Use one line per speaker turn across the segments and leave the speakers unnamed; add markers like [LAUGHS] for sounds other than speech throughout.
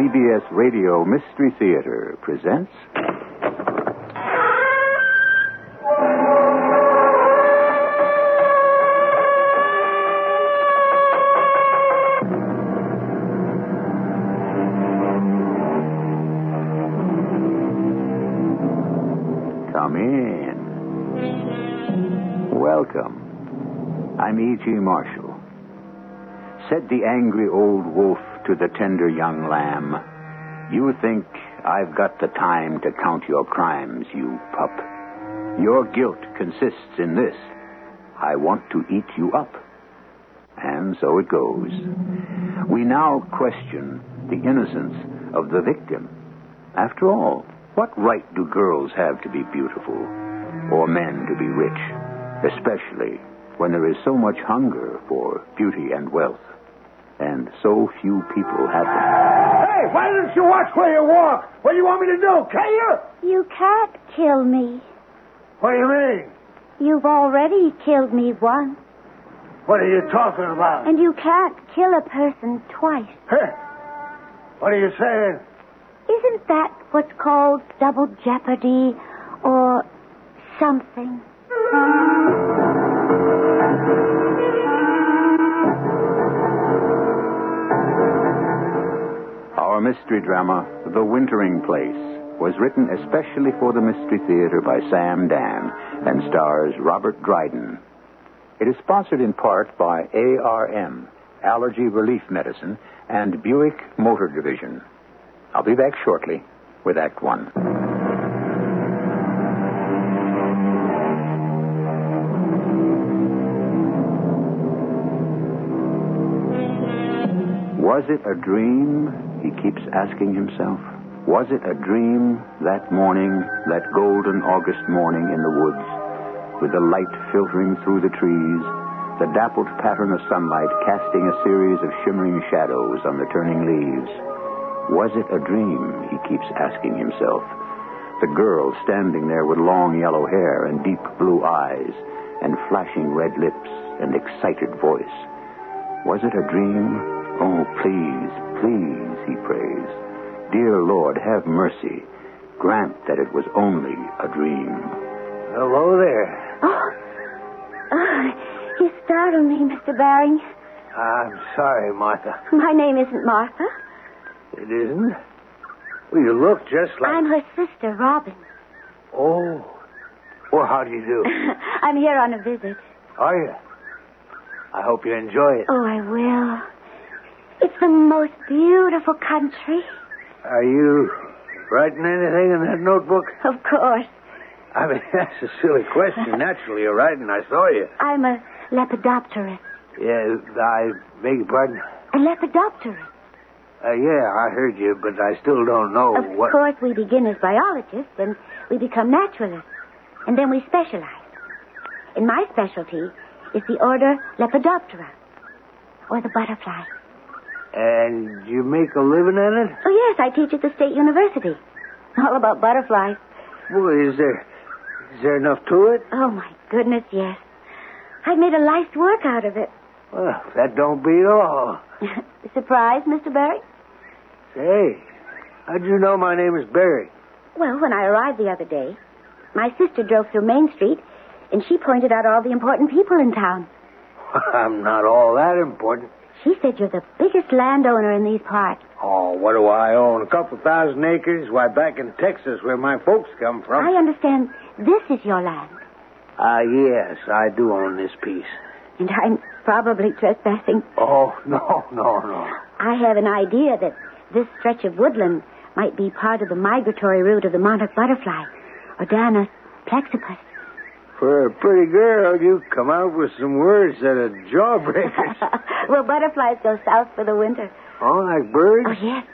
CBS Radio Mystery Theater presents. Come in. Welcome. I'm E.G. Marshall. Said the angry old wolf to the tender young lamb, You think I've got the time to count your crimes, you pup. Your guilt consists in this I want to eat you up. And so it goes. We now question the innocence of the victim. After all, what right do girls have to be beautiful or men to be rich, especially when there is so much hunger for beauty and wealth and so few people have them?
Hey, why don't you watch where you walk? What do you want me to do, kill you?
You can't kill me.
What do you mean?
You've already killed me once,
What are you talking about?
and you can't kill a person twice.
Huh? What are you saying?
Isn't that what's called double jeopardy or something?
Our mystery drama, The Wintering Place, was written especially for the Mystery Theater by Sam Dan and stars Robert Dryden. It is sponsored in part by ARM, Allergy Relief Medicine, and Buick Motor Division. I'll be back shortly with Act One. Was it a dream? He keeps asking himself. Was it a dream that morning, that golden August morning in the woods, with the light filtering through the trees, the dappled pattern of sunlight casting a series of shimmering shadows on the turning leaves? Was it a dream? He keeps asking himself. The girl standing there with long yellow hair and deep blue eyes and flashing red lips and excited voice. Was it a dream? Oh, please, please, he prays. Dear Lord, have mercy. Grant that it was only a dream.
Hello there.
Oh, oh you startled me, Mr. Baring.
I'm sorry, Martha.
My name isn't Martha.
It isn't? Well, you look just like.
I'm her sister, Robin. [LAUGHS]
Oh. Well, how do you do?
I'm here on a visit.
Are you? I hope you enjoy it.
Oh, I will. It's the most beautiful country.
Are you writing anything in that notebook? [LAUGHS]
Of course.
I mean, that's a silly question. Naturally, you're writing. I saw you.
I'm a lepidopterist.
Yeah, I beg your pardon.
A lepidopterist.
Uh, yeah, I heard you, but I still don't know
Of
what.
course, we begin as biologists and we become naturalists. And then we specialize. And my specialty is the order Lepidoptera, or the butterfly.
And you make a living at it?
Oh, yes, I teach at the State University. All about butterflies.
Well, is there is there enough to it?
Oh, my goodness, yes. I made a life's work out of it. [LAUGHS]
Well, that don't beat all.
Surprised, Mr. Barry?
Say, how'd you know my name is Barry? [LAUGHS]
Well, when I arrived the other day, my sister drove through Main Street, and she pointed out all the important people in town.
I'm not all that important.
She said you're the biggest landowner in these parts.
Oh, what do I own? A couple thousand acres? Why, back in Texas, where my folks come
I
from.
understand this is your land,
Ah, yes, I do own this piece.
and I'm probably trespassing.
Oh, [LAUGHS] no, no, no.
I have an idea that this stretch of woodland might be part of the migratory route of the monarch butterfly, Odanus plexipus.
For a pretty girl, you come out with some words that are jawbreakers.
[LAUGHS] well, butterflies go south for the winter.
oh, like birds?
Oh, yes.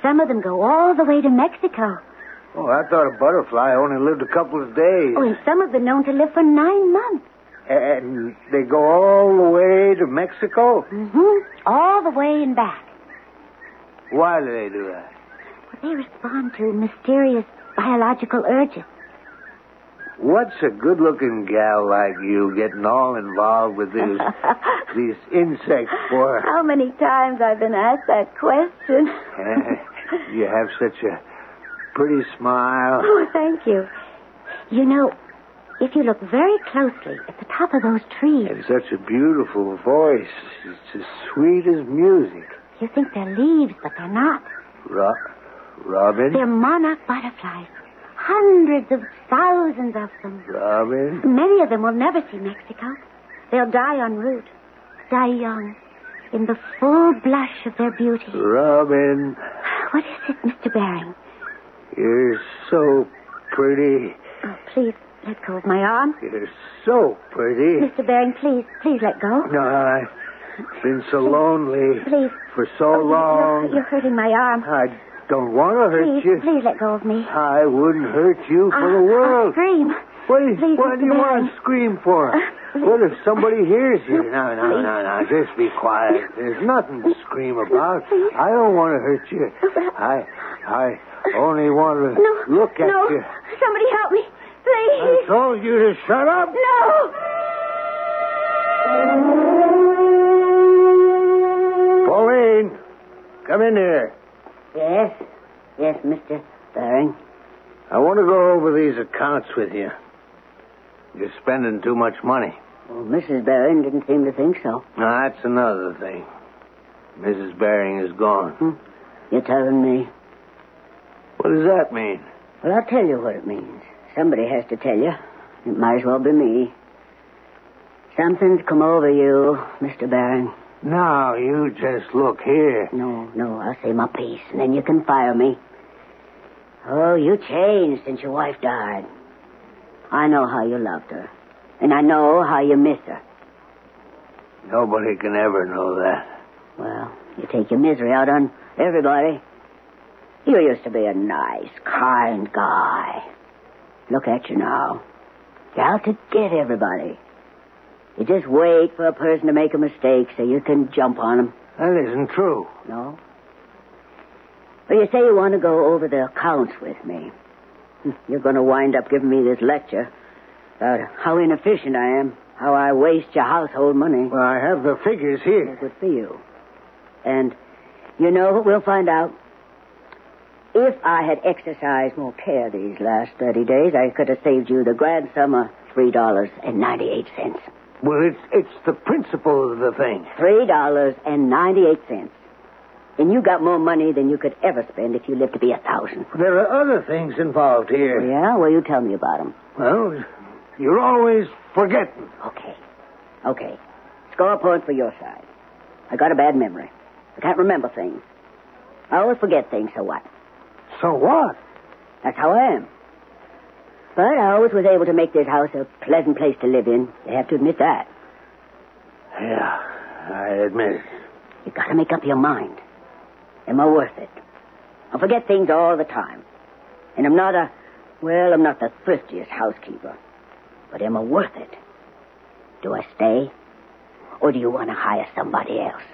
Some of them go all the way to Mexico.
Oh, I thought a butterfly only lived a couple of days.
Oh, and some have been known to live for nine months.
And they go all the way to Mexico?
hmm All the way and back.
Why do they do that?
Well, they respond to mysterious biological urges.
What's a good looking gal like you getting all involved
[LAUGHS]
with these, these insects for?
How many times I've been asked that question.
Eh, you have such a pretty smile.
[LAUGHS] Oh, thank you. You know, if you look very closely at the top of those trees,
And such a beautiful voice. It's as sweet as music.
you think they're leaves, but they're not.
Ro- Robin?
They're monarch butterflies. Hundreds of thousands of them.
Robin?
Many of them will never see Mexico. They'll die en route, die young, in the full blush of their beauty.
Uh. Robin,
What is it, Mr. Baring?
you're so pretty.
Oh, please let go of my arm.
You're so pretty.
Mr. Baring, please, please let go.
No, I've been so lonely
Please.
for so
Oh, you-
long.
You're, you're hurting my arm.
I don't want to hurt
Please,
you.
please let go of me.
I wouldn't hurt you for the
I'll- I'll
world.
scream.
What, is,
please,
what
Mr.
do you
Barron.
want to scream for?
Uh, please.
What if somebody hears you? No, no,
Please.
no, no. Just be quiet. There's nothing to scream about.
Please.
I don't want to hurt you. I, I only want to
No.
look at
no.
you.
Somebody help me.
I
Please.
told you to shut up.
No.
Pauline, come in here.
Yes, yes, Mr. Baring.
I want to go over these accounts with you. You're spending too much money.
Well, Mrs. Baring didn't seem to think so.
Now, that's another thing. Mrs. Baring is gone.
Hmm. You're telling me.
What does that mean?
Well, I'll tell you what it means. Somebody has to tell you. It might as well be me. Something's come over you, Mr. Baring.
Now, you just look here.
No, no, I'll say my piece, and then you can fire me. Oh, you changed since your wife died. I know how you loved her, and I know how you missed her.
Nobody can ever know that.
Well, you take your misery out on everybody. You used to be a nice, kind guy. Look at you now. You're out to get everybody. You just wait for a person to make a mistake so you can jump on them.
That isn't true.
No? Well, you say you want to go over the accounts with me. Hmm, You're going to wind up giving me this lecture about how inefficient I am, how I waste your household money.
Well, I have the figures here.
Good for you. And you know what we'll find out? If I had exercised more care these last 30 days, I could have saved you the grand sum of $3.98.
Well, it's it's the principle of the thing.
$3.98. And you got more money than you could ever spend if you lived to be a thousand.
There are other things involved here.
Yeah? Well, you tell me about them.
Well, you're always forgetting.
Okay. Okay. Score a point for your side. I got a bad memory. I can't remember things. I always forget things, so what?
So what?
That's how I am. But I always was able to make this house a pleasant place to live in. You have to admit that.
Yeah, I admit it.
You gotta make up your mind. Am I worth it? I forget things all the time. And I'm not a, well, I'm not the thriftiest housekeeper. But am I worth it? Do I stay? Or do you want to hire somebody else? [LAUGHS]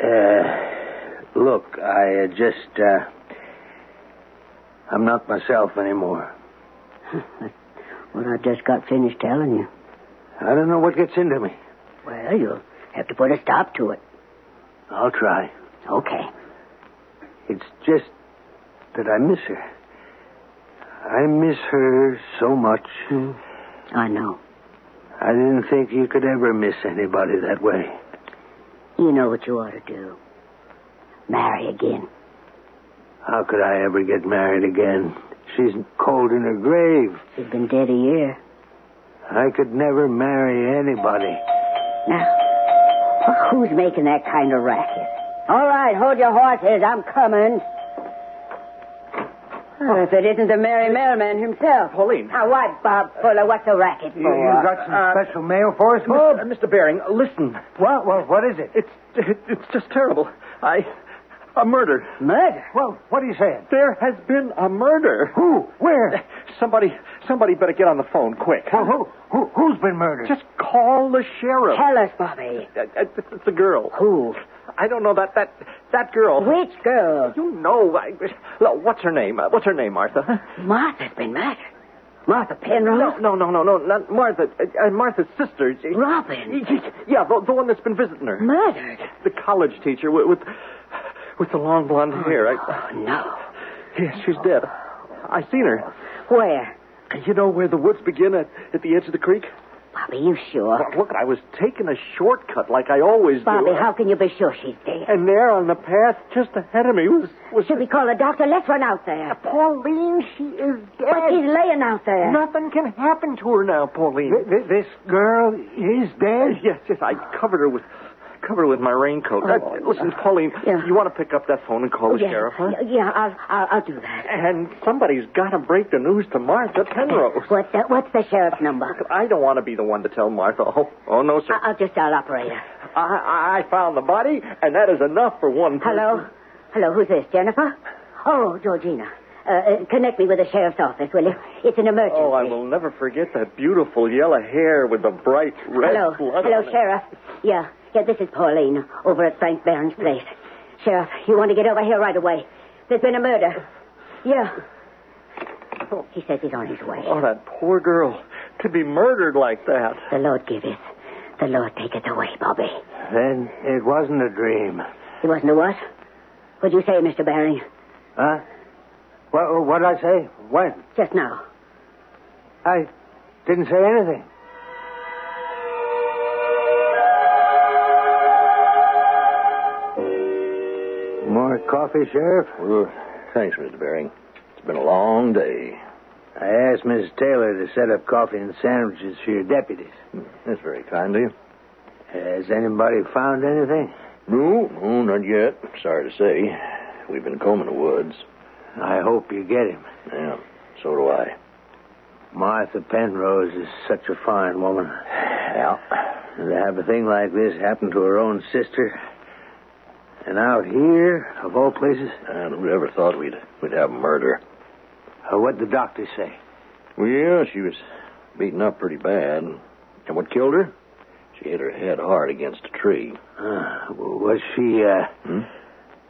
Uh, look, I uh, just uh, I'm not myself anymore.
What I just got finished telling you.
I don't know what gets into me.
Well, you'll have to put a stop to it.
I'll try.
Okay.
It's just that I miss her. I miss her so much.
I know.
I didn't think you could ever miss anybody that way.
You know what you ought to do. Marry again.
How could I ever get married again? She's cold in her grave.
She's been dead a year.
I could never marry anybody.
Now, wh- who's making that kind of racket? All right, hold your horses. I'm coming. Well, if it isn't the merry mailman himself.
Pauline.
Now, why, Bob Fuller, what's the racket
Oh,
for? Uh,
special mail for us,
Mr. uh, Mr. Baring, uh, listen.
What? Well, what is it?
It's it, it's just terrible. I a murder.
murder?
Well, what are you saying?
There has been a murder.
Who? Where?
Somebody somebody better get on the phone quick.
Well, who? Who? Who's been murdered?
Just call the sheriff.
Tell us, Bobby.
Uh, uh, It's it's a girl.
Who?
I don't know that that that girl.
Which girl?
You know. I, look, what's her name? Uh, what's her name, Martha?
Martha's been murdered. Martha Penrose?
No, no, no, no, no, not Martha. Uh, uh, Martha's sister. She-
Robin?
Yeah, the, the one that's been visiting her.
Murdered?
The college teacher with with, with the long blonde hair. I,
Oh, no.
yeah, she's dead. I seen her.
Where?
You know where the woods begin at, at the edge of the creek?
Bobby, you sure?
Well, look, I was taking a shortcut like I always
Bobby,
do.
how can you be sure she's dead?
And there on the path just ahead of me was
[LAUGHS]
was
Should we call the doctor? Let's run out there.
Uh, Pauline. She is
But he's laying out there.
Nothing can happen to her now, Pauline.
This, this girl is
Uh,
dead?
Yes, yes, I covered her with covered her with my raincoat. Uh, listen, Pauline,
Oh, Yeah. Oh,
you want to pick up that phone and call the
yeah,
Oh, sheriff, huh?
yeah, yeah, I'll, I'll, I'll do that.
And somebody's got to break the news to Martha Penrose.
What the, what's the sheriff's number?
I don't want to be the one to tell Martha. Oh, oh no, sir.
I- I'll just dial operator.
I, I found the body, and that is enough for one person.
Hello? Hello, who's this, Jennifer? Oh, Georgina. Uh, uh, connect me with the sheriff's office, will you? It's an emergency.
Oh, I will never forget that beautiful yellow hair with the bright red
Hello.
blood.
Hello,
on it.
Sheriff. Yeah. Yeah, this is Pauline over at Frank Barron's place. Sheriff, you want to get over here right away. There's been a murder. Yeah. Oh, He says he's on his way.
Oh, that poor girl. To be murdered like that.
The Lord give us. The Lord take us away, Bobby.
Then it wasn't a dream.
He wasn't a what? What'd you say, Mr. Barry?
Huh? What, what did I say? When?
Just now.
I didn't say anything. More coffee, Sheriff?
Well, thanks, Mr. Bering. It's been a long day.
I asked Mrs. Taylor to set up coffee and sandwiches for your deputies.
That's very kind of you.
Has anybody found anything?
No, no, not yet. Sorry to say. We've been combing the woods.
I hope you get him.
Yeah, so do I.
Martha Penrose is such a fine woman.
Yeah.
To have a thing like this happen to her own sister, and out here, of all places,
And who'd ever thought we'd we'd have a murder?
uh, what the doctors say?
Well, yeah, she was beaten up pretty bad. And what killed her? She hit her head hard against a tree.
Uh, was she, uh,
Hmm?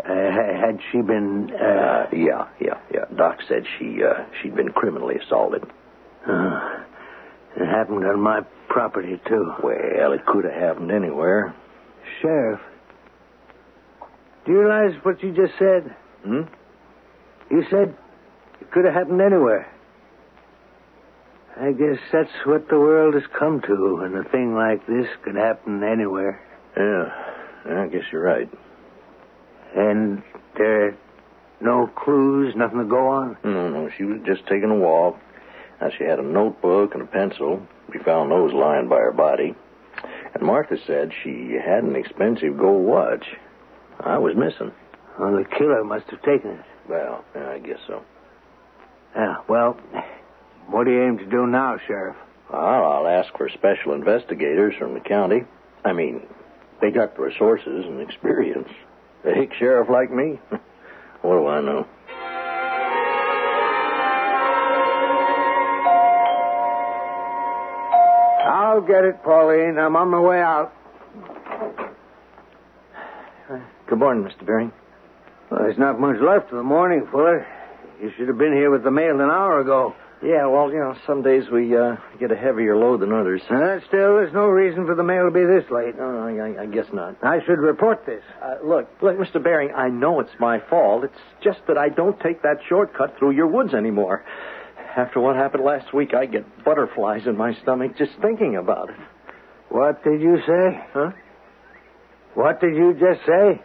uh, ha- had she been, uh,
Uh, yeah, yeah, yeah. Doc said she uh, she'd been criminally assaulted.
uh, it happened on my property, too.
Well, it could have happened anywhere.
Sheriff, do you realize what you just said?
Hmm?
You said it could have happened anywhere. I guess that's what the world has come to, and a thing like this could happen anywhere.
Yeah, I guess you're right.
And there are no clues, nothing to go on.
No, no, she was just taking a walk. Now, she had a notebook and a pencil. We found those lying by her body. And Martha said she had an expensive gold watch. I was missing.
Well, the killer must have taken it.
Well, yeah, I guess so.
Yeah, well, what do you aim to do now, Sheriff?
Well, I'll ask for special investigators from the county. I mean, they got the resources and experience. A hick sheriff like me? [LAUGHS] what do I know?
I'll get it, Pauline. I'm on my way out.
Good morning, Mr. Bering.
Well, there's not much left of the morning, Fuller. You should have been here with the mail an hour ago.
Yeah, well, you know, some days we uh, get a heavier load than others.
Uh, still, there's no reason for the mail to be this late.
No, no, I, I guess not.
I should report this.
Uh, look, look, Mr. Bering, I know it's my fault. It's just that I don't take that shortcut through your woods anymore. After what happened last week, I get butterflies in my stomach just thinking about it.
What did you say?
Huh?
What did you just say?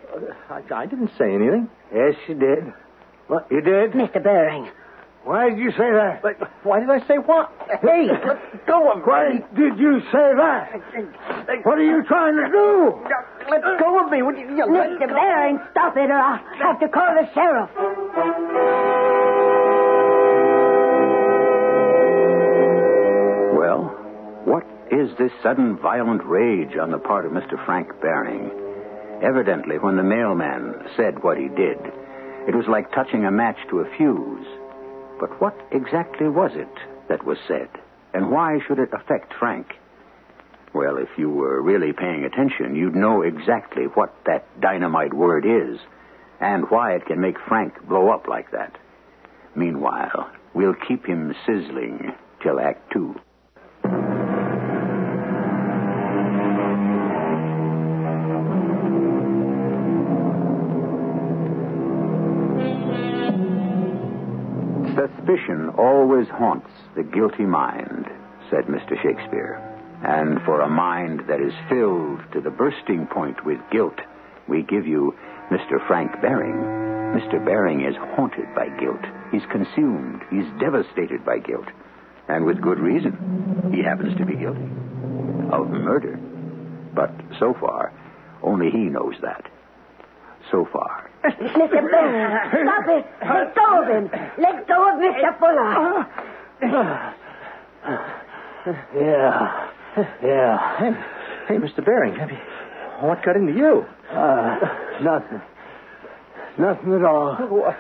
I, I didn't say anything.
Yes, you did. What? You did?
Mr. Baring.
Why did you say that?
But why did I say what? Hey, let go of me.
Why did you say that? What are you trying to do?
Let go of me. Would you, you let
Mr. Baring, stop it or I'll have to call the sheriff.
Well, what is this sudden violent rage on the part of Mr. Frank Baring? Evidently, when the mailman said what he did, it was like touching a match to a fuse. But what exactly was it that was said? And why should it affect Frank? Well, if you were really paying attention, you'd know exactly what that dynamite word is and why it can make Frank blow up like that. Meanwhile, we'll keep him sizzling till Act Two. Suspicion always haunts the guilty mind, said Mr. Shakespeare. And for a mind that is filled to the bursting point with guilt, we give you Mr. Frank Baring. Mr. Baring is haunted by guilt. He's consumed. He's devastated by guilt. And with good reason. He happens to be guilty of murder. But so far, only he knows that. So far.
Mr. Baring, stop it. Let go of him. Let go of Mr. Fuller.
Yeah. Yeah. Hey, hey Mr. Baring, have you, what got into you?
Uh, nothing. Nothing at all.
What,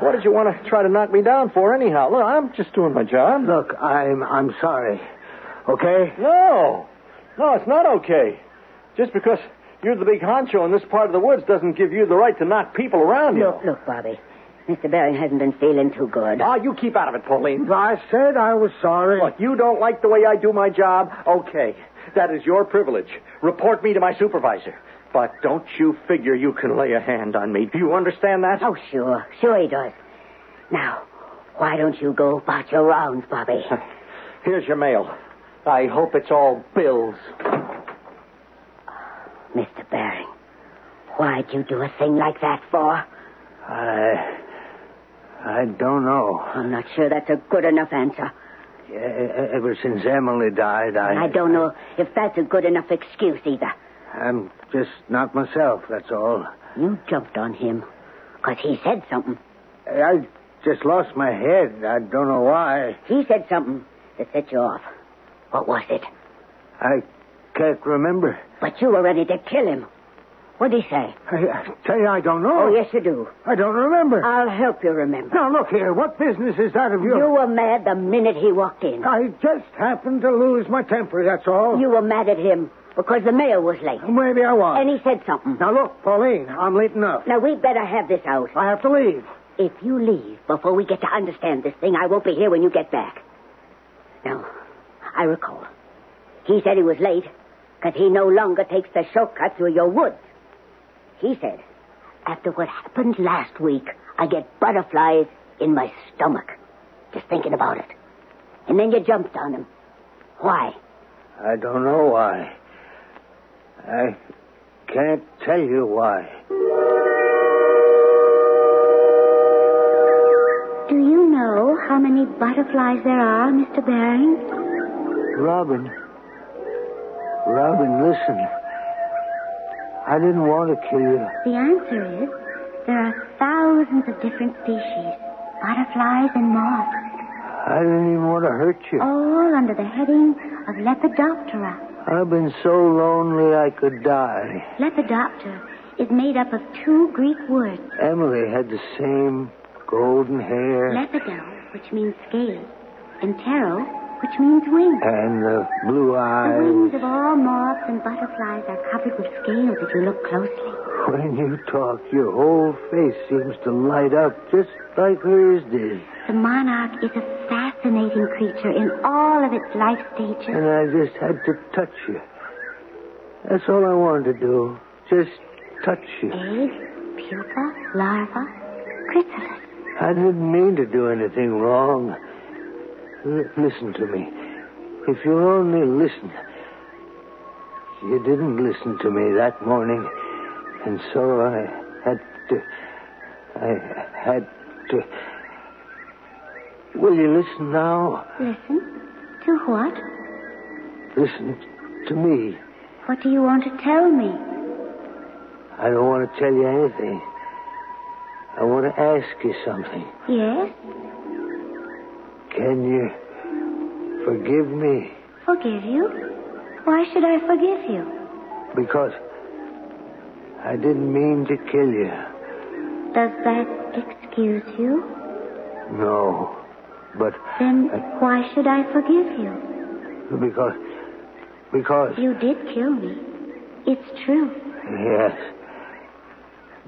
what did you want to try to knock me down for, anyhow? Look, I'm just doing my job.
Look, I'm I'm sorry. Okay?
No. No, it's not okay. Just because you're the big honcho in this part of the woods doesn't give you the right to knock people around you.
Look, look, Bobby. Mr. Baring hasn't been feeling too good.
Ah, you keep out of it, Pauline.
I said I was sorry.
Look, you don't like the way I do my job? Okay. That is your privilege. Report me to my supervisor. But don't you figure you can lay a hand on me. Do you understand that?
Oh, sure. Sure he does. Now, why don't you go about your rounds, Bobby?
[LAUGHS] Here's your mail. I hope it's all bills.
Mr. Baring, why'd you do a thing like that for?
I I don't know.
I'm not sure that's a good enough answer.
E- e- Ever since Emily died, I
I don't know if that's a good enough excuse either.
I'm just not myself. That's all.
You jumped on him because he said something.
I just lost my head. I don't know why.
He said something that set you off. What was it?
I can't remember.
But you were ready to kill him. What'd he say?
I, I tell you, I don't know.
Oh, yes, you do.
I don't remember.
I'll help you remember.
now look here. What business is that of
You
yours?
were mad the minute he walked in.
I just happened to lose my temper. That's all.
You were mad at him because the mail was late.
Maybe I was.
And he said something.
Now look, Pauline. I'm late enough.
Now, we better have this out.
I have to leave.
If you leave before we get to understand this thing, I won't be here when you get back. Now, I recall. He said he was late because he no longer takes the shortcut through your woods. He said, after what happened last week, I get butterflies in my stomach just thinking about it. And then you jumped on him. Why?
I don't know why. I can't tell you why.
Do you know how many butterflies there are, Mr. Baring?
Robin. Robin, listen. I didn't want to kill you.
The answer is there are thousands of different species, butterflies and moths,
I didn't even want to hurt you.
all under the heading of Lepidoptera.
I've been so lonely I could die.
Lepidoptera is made up of two Greek words,
Emily had the same golden hair
lepido, which means scales, and ptero, which means wings.
and the blue
The
eyes.
wings of all moths and butterflies are covered with scales if you look closely.
When you talk, your whole face seems to light up just like hers did.
The monarch is a fascinating creature in all of its life stages.
And I just had to touch you. That's all I wanted to do. Just touch you.
Egg, pupa, larva, chrysalis.
I didn't mean to do anything wrong. L- listen to me. If you'll only listen. You didn't listen to me that morning, and so I had to. I had to. Will you listen now?
Listen. To what?
Listen to me.
What do you want to tell me?
I don't want to tell you anything. I want to ask you something.
Yes?
Can you forgive me?
Forgive you? Why should I forgive you?
Because I didn't mean to kill you.
Does that excuse you?
No. But
Then
I-
why should I forgive you?
because. Because.
You did kill me. It's true.
Yes.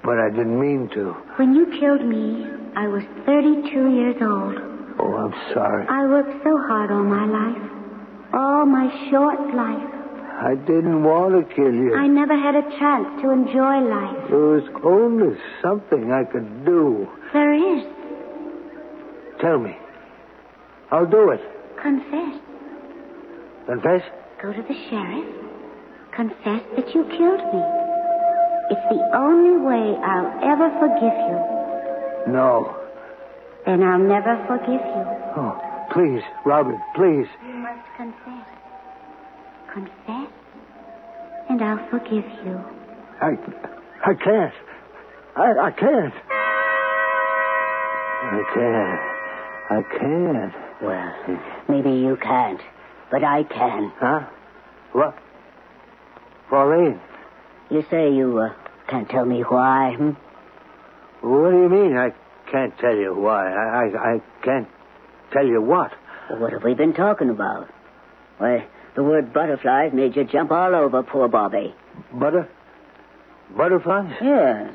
But I didn't mean to.
When you killed me, I was 32 years old.
Oh, I'm sorry.
I worked so hard all my life, all my short life.
I didn't want to kill you.
I never had a chance to enjoy life.
There was only something I could do.
There is.
Tell me. I'll do it.
Confess.
Confess?
Go to the sheriff. Confess that you killed me. It's the only way I'll ever forgive you.
No.
Then I'll never forgive you.
Oh, please, Robert, please.
You must confess. Confess, and I'll forgive you.
I, I can't. I, I can't. I can't. I can't.
Well, maybe you can't, but I can.
Huh? What? Pauline,
You say you uh, can't tell me why, hmm?
what do you mean? I can't tell you why. I, I, I can't tell you what.
Well, What have we been talking about? Why, the word butterflies made you jump all over poor Bobby.
Butter? Butterflies?
Yes.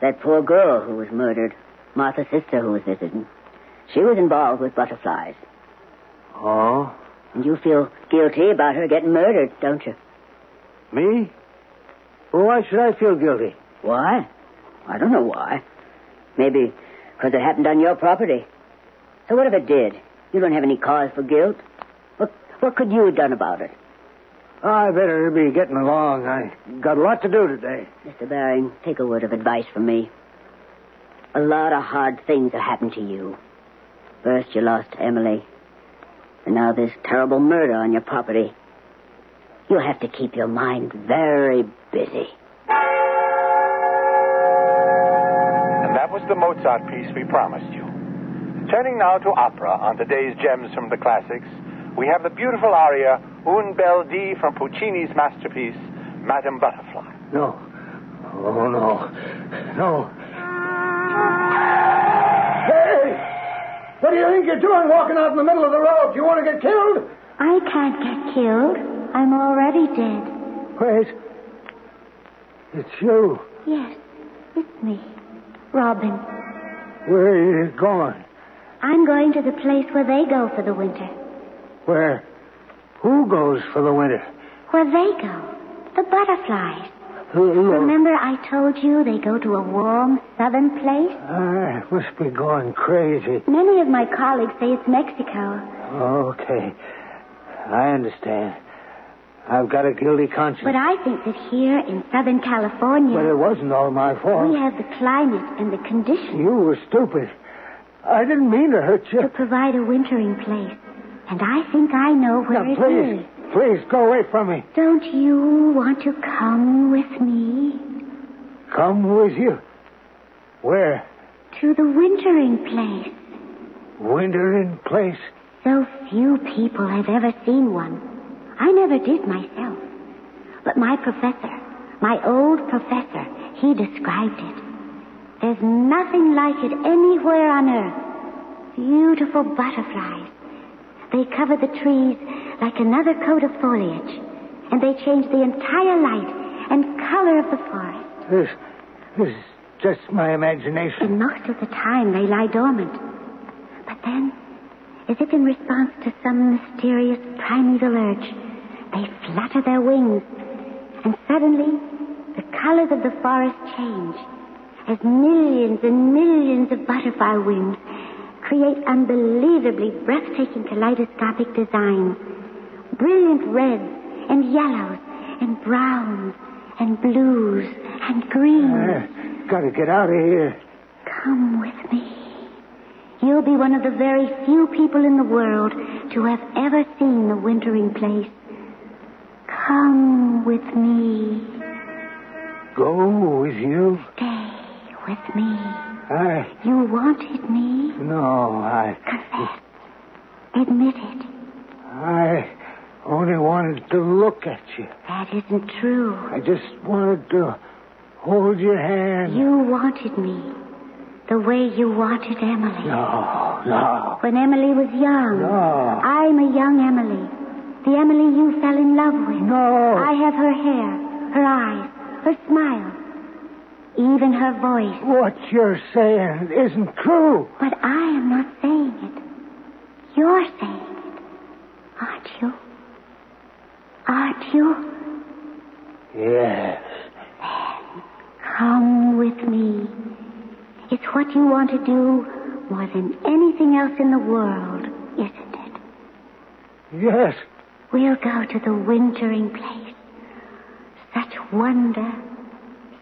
That poor girl who was murdered, Martha's sister who was visiting, she was involved with butterflies.
Oh,
And you feel guilty about her getting murdered, don't you?
me? Well, why should I feel guilty?
Why? I don't know why. Maybe because it happened on your property. So what if it did? You don't have any cause for guilt. What, what could you have done about it?
I better be getting along. I got a lot to do today.
Mr. Baring, take a word of advice from me. A lot of hard things have happened to you. First, you lost Emily, and now this terrible murder on your property. You have to keep your mind very busy.
And that was the Mozart piece we promised you. Turning now to opera on today's Gems from the Classics, we have the beautiful aria Un Bel Di from Puccini's masterpiece, Madame Butterfly.
No. Oh, no. No. Hey! What do you think you're doing walking out in the middle of the road? Do you want to get killed?
I can't get killed. I'm already dead.
Wait. It's you.
Yes, it's me, Robin.
Where are you going?
I'm going to the place where they go for the winter.
Where? Who goes for the winter?
Where they go? The butterflies.
Who- who-
Remember I told you they go to a warm southern place?
I must be going crazy.
Many of my colleagues say it's Mexico.
Okay. I understand. I've got a guilty conscience.
But I think that here in Southern California,
But it wasn't all my fault.
we have the climate and the conditions
You were stupid. I didn't mean to hurt you.
to provide a wintering place. And I think I know
Now,
where it
please,
is.
please go away from me.
Don't you want to come with me
Come with you. Where?
to the wintering place?
Wintering place.
So few people have ever seen one. I never did myself. But my professor, my old professor, he described it. There's nothing like it anywhere on earth. Beautiful butterflies. They cover the trees like another coat of foliage, and they change the entire light and color of the forest.
This, this is just my imagination.
And most of the time they lie dormant. But then, as if in response to some mysterious primeval urge, they flutter their wings. And suddenly, the colors of the forest change as millions and millions of butterfly wings create unbelievably breathtaking kaleidoscopic designs. Brilliant reds and yellows and browns and blues and greens.
I gotta get out of here.
Come with me. You'll be one of the very few people in the world to have ever seen the wintering place. Come with me.
Go with you?
Stay with me.
I,
You wanted me.
no, I,
Confess. Admit it.
I only wanted to look at you.
That isn't true.
I just wanted to hold your hand.
You wanted me. The way you wanted Emily.
No, no,
When Emily was young.
no.
I'm a young Emily. The Emily you fell in love with.
No.
I have her hair, her eyes, her smile, even her voice.
What you're saying isn't true.
But I am not saying it. You're saying it. Aren't you? Aren't you?
Yes.
Come with me. It's what you want to do more than anything else in the world, isn't it?
Yes.
We'll go to the wintering place. Such wonder,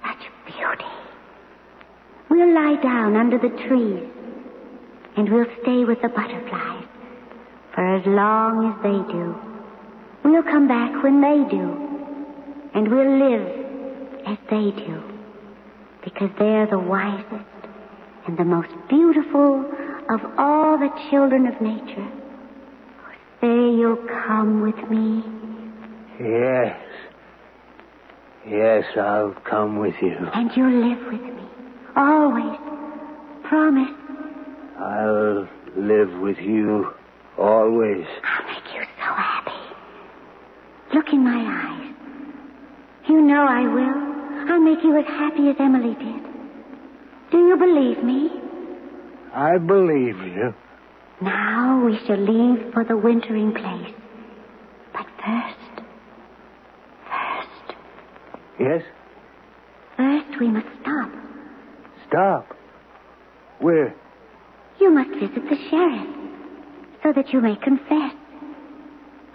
such beauty. We'll lie down under the trees, and we'll stay with the butterflies for as long as they do. We'll come back when they do, and we'll live as they do, because they're the wisest and the most beautiful of all the children of nature. Say you'll come with me.
Yes. Yes, I'll come with you.
And you live with me. Always. Promise.
I'll live with you always.
I'll make you so happy. Look in my eyes. You know I will. I'll make you as happy as Emily did. Do you believe me?
I believe you.
Now we shall leave for the wintering place. But first, first,
Yes?
first we must stop.
Stop. Where?
You must visit the sheriff so that you may confess.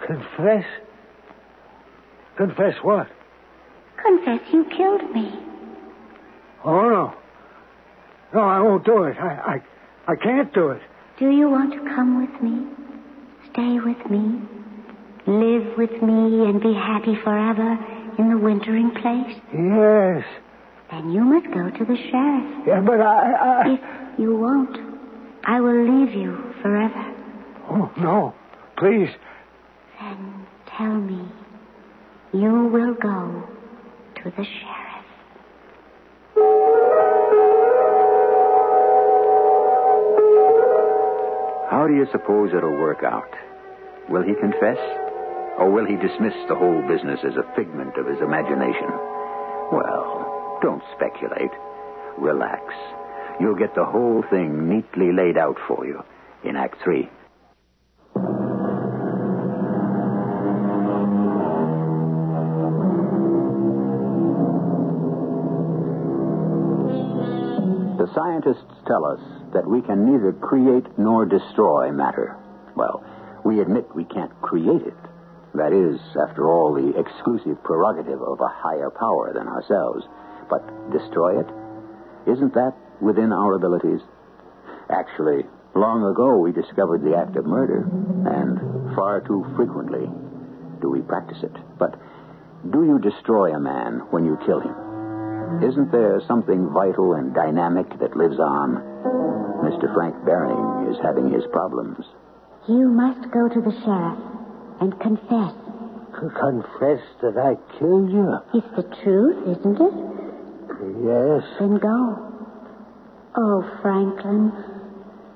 Confess? Confess what?
Confess you killed me.
Oh, no. No, I won't do it. I, I, I can't do it.
Do you want to come with me? Stay with me? Live with me and be happy forever in the wintering place?
Yes.
Then you must go to the sheriff.
Yeah, but I, I...
If you won't, I will leave you forever.
Oh, no. Please.
Then tell me, you will go to the sheriff.
How do you suppose it'll work out? Will he confess? Or will he dismiss the whole business as a figment of his imagination? Well, don't speculate. Relax. You'll get the whole thing neatly laid out for you in Act Three. The scientists tell us that we can neither create nor destroy matter. Well, we admit we can't create it. That is, after all, the exclusive prerogative of a higher power than ourselves. But destroy it? Isn't that within our abilities? Actually, long ago we discovered the act of murder, and far too frequently do we practice it. But do you destroy a man when you kill him? Isn't there something vital and dynamic that lives on? Mr. Frank Baring is having his problems.
You must go to the sheriff and confess.
C- Confess that I killed you?
It's the truth, isn't it?
Yes.
Then go. Oh, Franklin.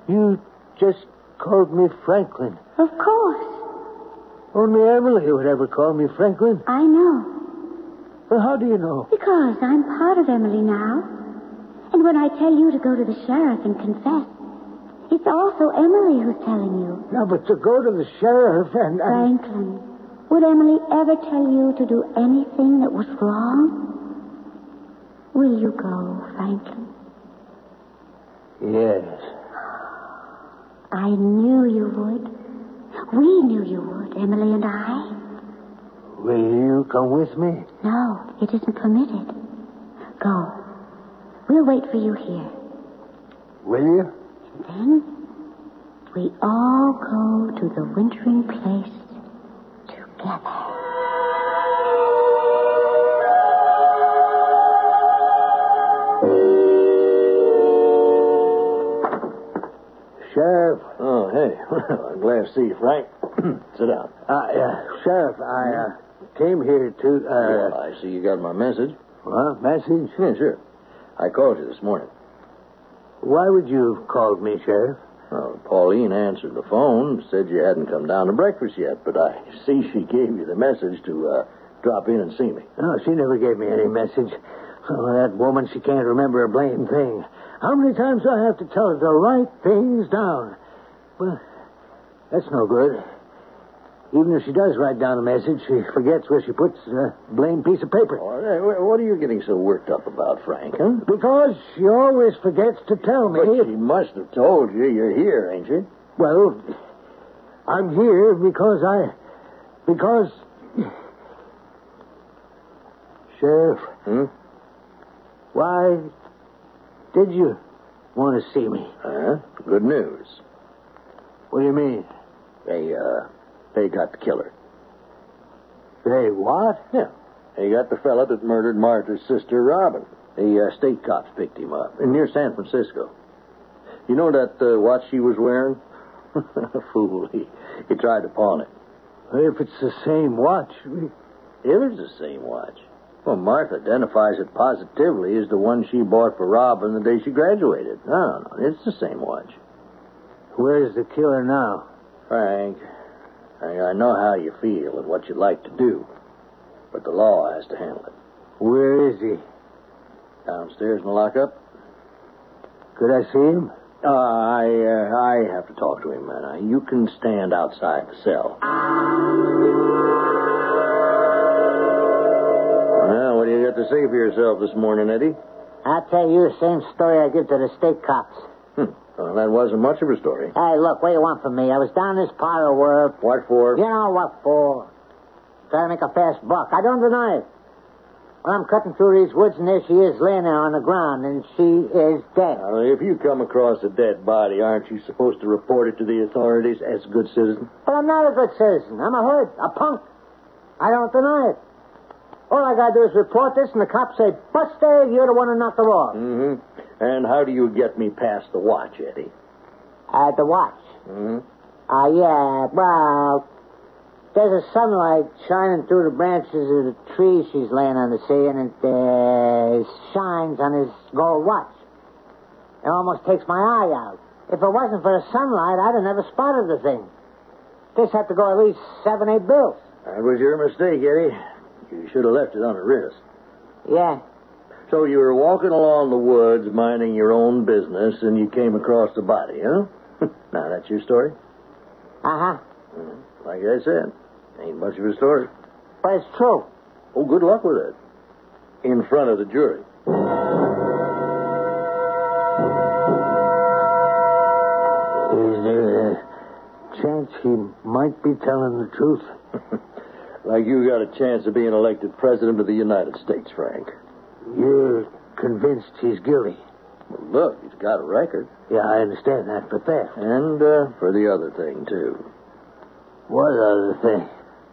You just called me Franklin.
Of course.
Only Emily would ever call me Franklin.
I know.
Well, how do you know?
Because I'm part of Emily now. And when I tell you to go to the sheriff and confess, it's also Emily who's telling you.
No, but to go to the sheriff and... and...
Franklin, would Emily ever tell you to do anything that was wrong? Will you go, Franklin?
Yes.
I knew you would. We knew you would, Emily and I.
Will you come with me?
No, it isn't permitted. Go. We'll wait for you here.
Will you?
And then we all go to the wintering place together.
Sheriff,
Oh, hey. [LAUGHS] Well, I'm glad to see you, Frank. [CLEARS THROAT] Sit down.
I, uh, Sheriff, I uh, came here to... Uh,
Well, I see you got my message.
Well, message?
Yeah, sure. I called you this morning.
Why would you have called me, Sheriff?
Well, Pauline answered the phone, said you hadn't come down to breakfast yet, but I [LAUGHS] see she gave you the message to uh, drop in and see me.
No, she never gave me any message. Oh, that woman, she can't remember a blame thing. How many times do I have to tell her to write things down? Well, That's no good. Even if she does write down a message, she forgets where she puts the blamed piece of paper.
All right, wh- what are you getting so worked up about, Frank? Huh?
Because she always forgets to tell me.
But she must have told you you're here, ain't she?
Well, I'm here because I. Because. Sheriff,
Hmm?
why did you want to see me?
Huh? Good news.
What do you mean?
They, uh, they got the killer.
They what?
Yeah. They got the fella that murdered Martha's sister, Robin. The uh, state cops picked him up in near San Francisco. You know that uh, watch she was wearing? [LAUGHS] Fool, he, he tried to pawn it.
If it's the same watch,
It was the same watch. Well, Martha identifies it positively as the one she bought for Robin the day she graduated. No, no, it's the same watch.
where's the killer now?
Frank, I, I know how you feel and what you'd like to do, but the law has to handle it.
Where is he?
Downstairs in the lockup?
Could I see him?
Uh, I, uh, I have to talk to him, man. Uh, you can stand outside the cell. Well, what do you got to say for yourself this morning, Eddie?
I'll tell you the same story I give to the state cops.
Hmm. Well, that wasn't much of a story.
Hey, look, what do you want from me? I was down this pile of work.
What for?
You know what for? Trying to make a fast buck. I don't deny it. Well, I'm cutting through these woods, and there she is laying there on the ground, and she is dead.
Now, if you come across a dead body, aren't you supposed to report it to the authorities as a good citizen?
But I'm not a good citizen. I'm a hood, a punk. I don't deny it. All I gotta do is report this, and the cops say, Bust Dave, you're the one who knocked her off.
Mm-hmm. And how do you get me past the watch, Eddie?
I had to watch.
Mm-hmm.
Ah, yeah, well, there's a sunlight shining through the branches of the tree she's laying on the sea, and it uh, shines on his gold watch. It almost takes my eye out. If it wasn't for the sunlight, I'd have never spotted the thing. This had to go at least seven, eight bills.
That was your mistake, Eddie. You should have left it on the wrist.
Yeah,
So you were walking along the woods, minding your own business, and you came across the body, huh? [LAUGHS] now that's your story.
uh huh.
Like I said, ain't much of a story.
But it's true.
Oh, good luck with it. In front of the jury.
Is there a chance he might be telling the truth?
[LAUGHS] Like you got a chance of being elected president of the United States, Frank.
You're convinced he's guilty.
Well, look, he's got a record.
Yeah, I understand that, but theft.
And uh, for the other thing, too.
What other thing?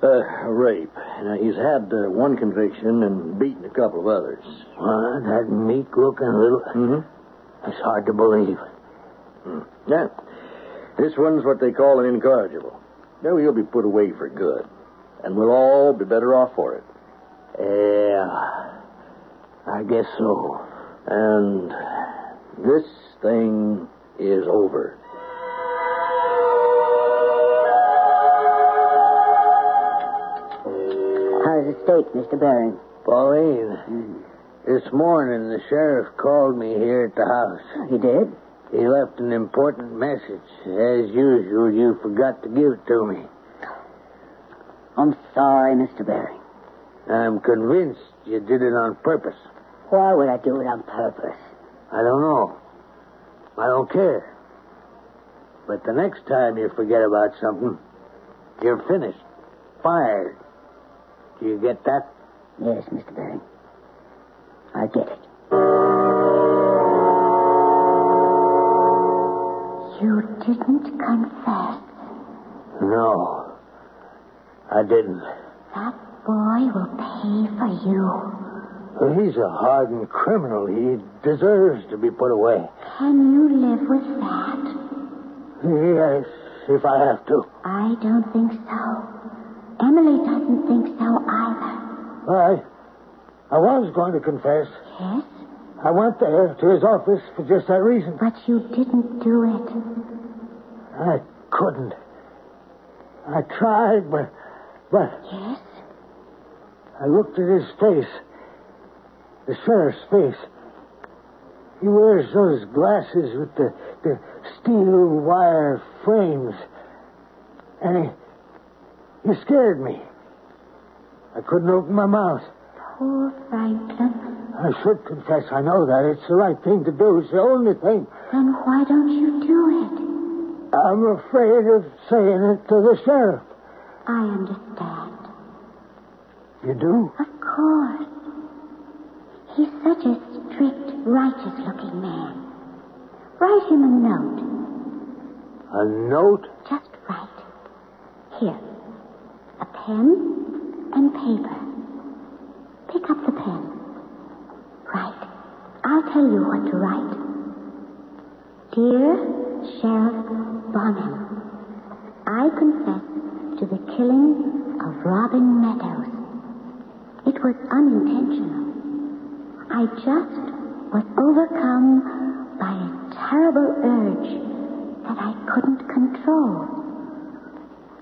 Uh, rape. Now, he's had uh, one conviction and beaten a couple of others.
Well, that meek looking little.
Mm-hmm.
It's hard to believe.
Yeah. This one's what they call an incorrigible. No, he'll be put away for good. And we'll all be better off for it.
Yeah, I guess so.
And this thing is over.
How's the steak, Mr. Baring?
Pauline, this morning the sheriff called me here at the house.
He did?
He left an important message. As usual, you forgot to give it to me.
I'm sorry, Mr. Baring.
I'm convinced you did it on purpose.
Why would I do it on purpose?
I don't know. I don't care. But the next time you forget about something, you're finished. Fired. Do you get that?
Yes, Mr. Baring. I get it.
You didn't confess.
No. I didn't.
That boy will pay for you.
Well, he's a hardened criminal. He deserves to be put away.
Can you live with that?
Yes, if I have to.
I don't think so. Emily doesn't think so either.
I, I was going to confess.
Yes?
I went there to his office for just that reason.
But you didn't do it.
I couldn't. I tried, but, but
Yes?
I looked at his face, the sheriff's face. He wears those glasses with the, the steel wire frames. And he, he scared me. I couldn't open my mouth.
Poor Franklin.
I should confess I know that. It's the right thing to do. It's the only thing.
Then why don't you do it?
I'm afraid of saying it to the sheriff.
I understand.
You do?
Of course. He's such a strict, righteous looking man. Write him a note.
A note?
Just write. Here. A pen and paper. Pick up the pen. Write. I'll tell you what to write. Dear Sheriff Bonham, I confess to the killing of Robin Meadows. It was unintentional. I just was overcome by a terrible urge that I couldn't control.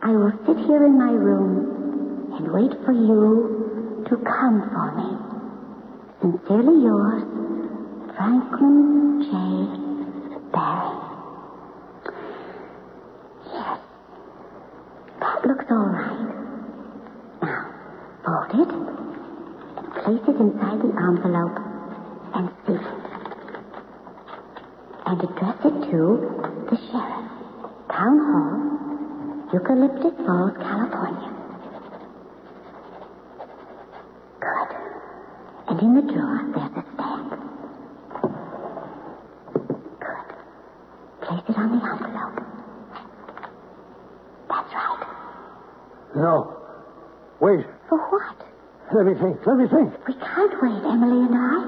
I will sit here in my room and wait for you to come for me. Sincerely yours, Franklin J. Barry. Yes, that looks all right. Now, fold it, place it inside the envelope, and seal it. And address it to the sheriff, Town Hall, Eucalyptus Falls, California. Good. And in the drawer, there's a stamp. Good. Place it on the envelope. That's right.
No. Wait.
For what?
Let me think. Let me think.
We can't wait, Emily and I.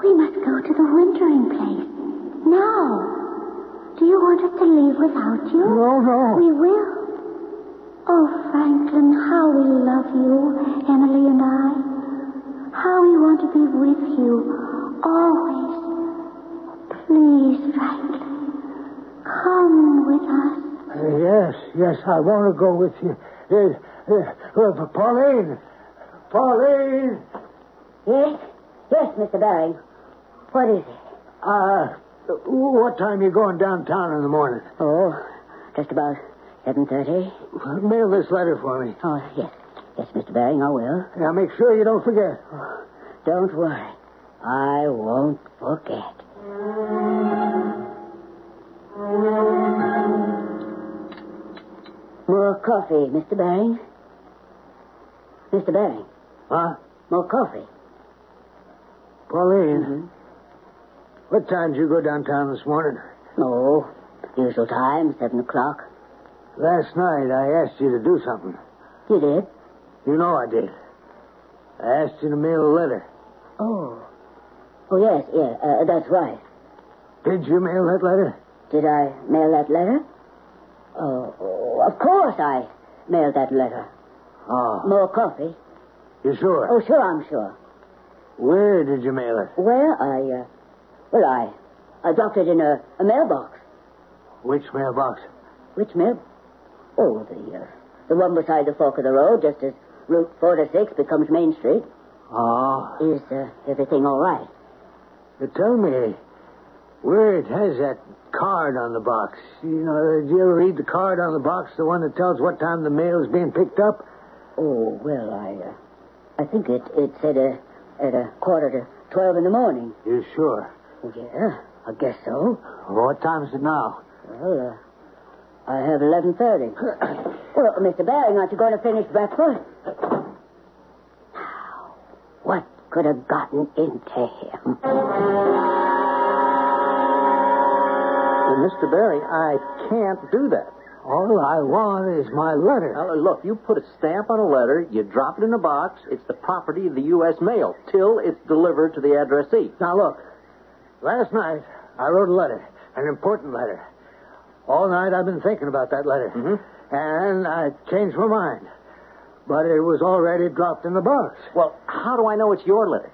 We must go to the wintering place. Now. Do you want us to leave without you?
No, no.
We will. Oh, Franklin, how we love you, Emily and I. How we want to be with you, always. Please, Franklin, come with us.
Uh, yes, yes, I want to go with you. Uh, uh, uh, Pauline! Pauline!
Yes? Yes, Mr. Baring. What is it?
Uh, what time you going downtown in the morning?
Oh, just about 7.30.
Mail this letter for me.
Oh, yes. Yes, Mr. Baring, I will.
Now make sure you don't forget.
Don't worry. I won't forget. More coffee, Mr. Baring. Mr. Baring,
Huh?
more coffee. Mm-hmm.
Pauline. What time did you go downtown this morning?
Oh, usual time, seven o'clock.
Last night I asked you to do something.
You did?
You know I did. I asked you to mail a letter.
Oh. Oh, yes, yeah, uh, that's right.
Did you mail that letter?
Did I mail that letter? Oh, oh, of course I mailed that letter.
Oh,
More coffee?
you sure?
Oh, Ah. sure, I'm sure.
Where did you mail it?
Well, I, uh, well, I, I dropped it in a, a mailbox.
Which mailbox?
Which mail? Oh, the, uh, the one beside the fork of the road, just as Route 46 becomes Main Street.
Oh,
Is, uh, everything all right?
but Uh, tell me, where it has that card on the box? You know, did you ever read the card on the box, the one that tells what time the mail is being picked up?
Oh, well, I, uh, I think it, it said, uh, at a quarter to 12 in the morning.
You sure?
Oh, yeah, I guess so.
What time is it now?
Well, uh, I have 11.30. [COUGHS] well, Mr. Baring, aren't you going to finish breakfast? Now, What could have gotten into him?
And Mr. Barry, I can't do that.
All I want is my letter.
Now, look, you put a stamp on a letter, you drop it in a box, it's the property of the U.S. mail till it's delivered to the addressee.
Now, look. Last night, I wrote a letter, an important letter. All night, I've been thinking about that letter. And I changed my mind. But it was already dropped in the box.
Well, how do I know it's your letter?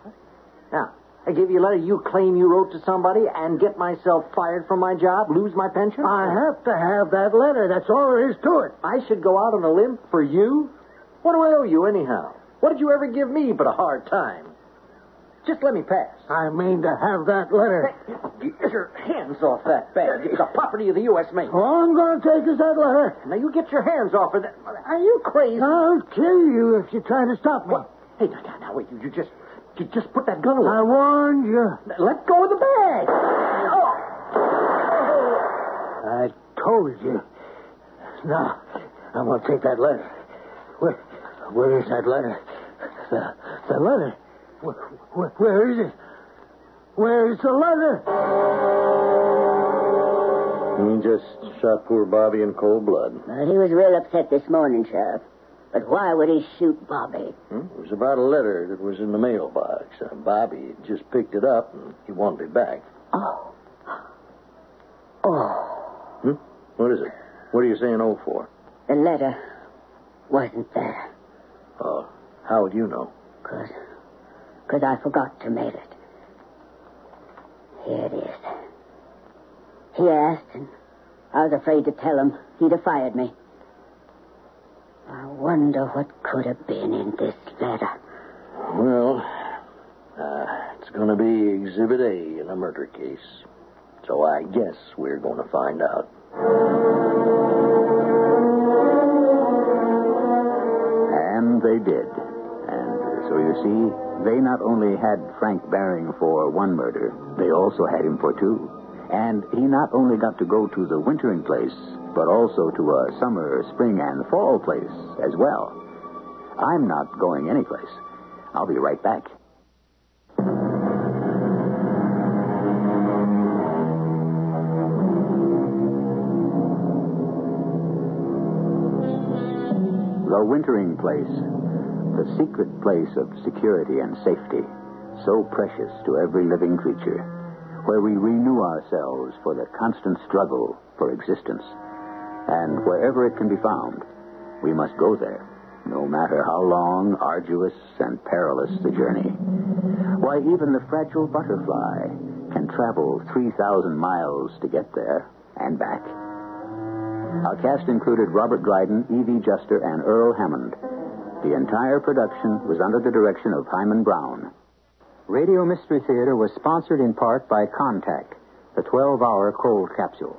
Now, I give you a letter you claim you wrote to somebody and get myself fired from my job, lose my pension?
I have to have that letter. That's all there is to it.
I should go out on a limb for you? What do I owe you, anyhow? What did you ever give me but a hard time?
Just let me pass.
I mean to have that letter.
Get your hands off that bag. It's a property of the U.S. Navy.
All I'm going to take is that letter.
Now you get your hands off of that. Are you crazy?
I'll kill you if you try to stop me.
What? Hey, now, now, now, wait. You, you just, you just put that gun away.
I warned you.
Let go of the bag. Oh.
I told you. Now, I'm going to take that letter. Where, where is that letter? The, the letter. Where, where, where is it? Where is the letter?
He just shot poor Bobby in cold blood.
But he was real upset this morning, Sheriff. But why would he shoot Bobby?
Hmm? It was about a letter that was in the mailbox. Uh, Bobby had just picked it up, and he wanted it back.
Oh. Oh.
Hmm? What is it? What are you saying oh for?
The letter wasn't there.
Oh, how would you know?
Because cause I forgot to mail it. Here it is. He asked, and I was afraid to tell him. He'd have fired me. I wonder what could have been in this letter.
Well, uh, it's going to be Exhibit A in a murder case. So I guess we're going to find out.
And they did. And so you see, they not only had Frank Baring for one murder, they also had him for two. And he not only got to go to the wintering place, but also to a summer, spring, and fall place as well. I'm not going anyplace. I'll be right back. The wintering place, the secret place of security and safety, so precious to every living creature, where we renew ourselves for the constant struggle for existence. And wherever it can be found, we must go there, no matter how long, arduous, and perilous the journey. Why, even the fragile butterfly can travel 3,000 miles to get there and back. Our cast included Robert Dryden,
E
Evie Juster, and Earl Hammond. The entire production was under the direction of Hyman Brown.
Radio Mystery Theater was sponsored in part by Contact, the 12 hour cold capsule.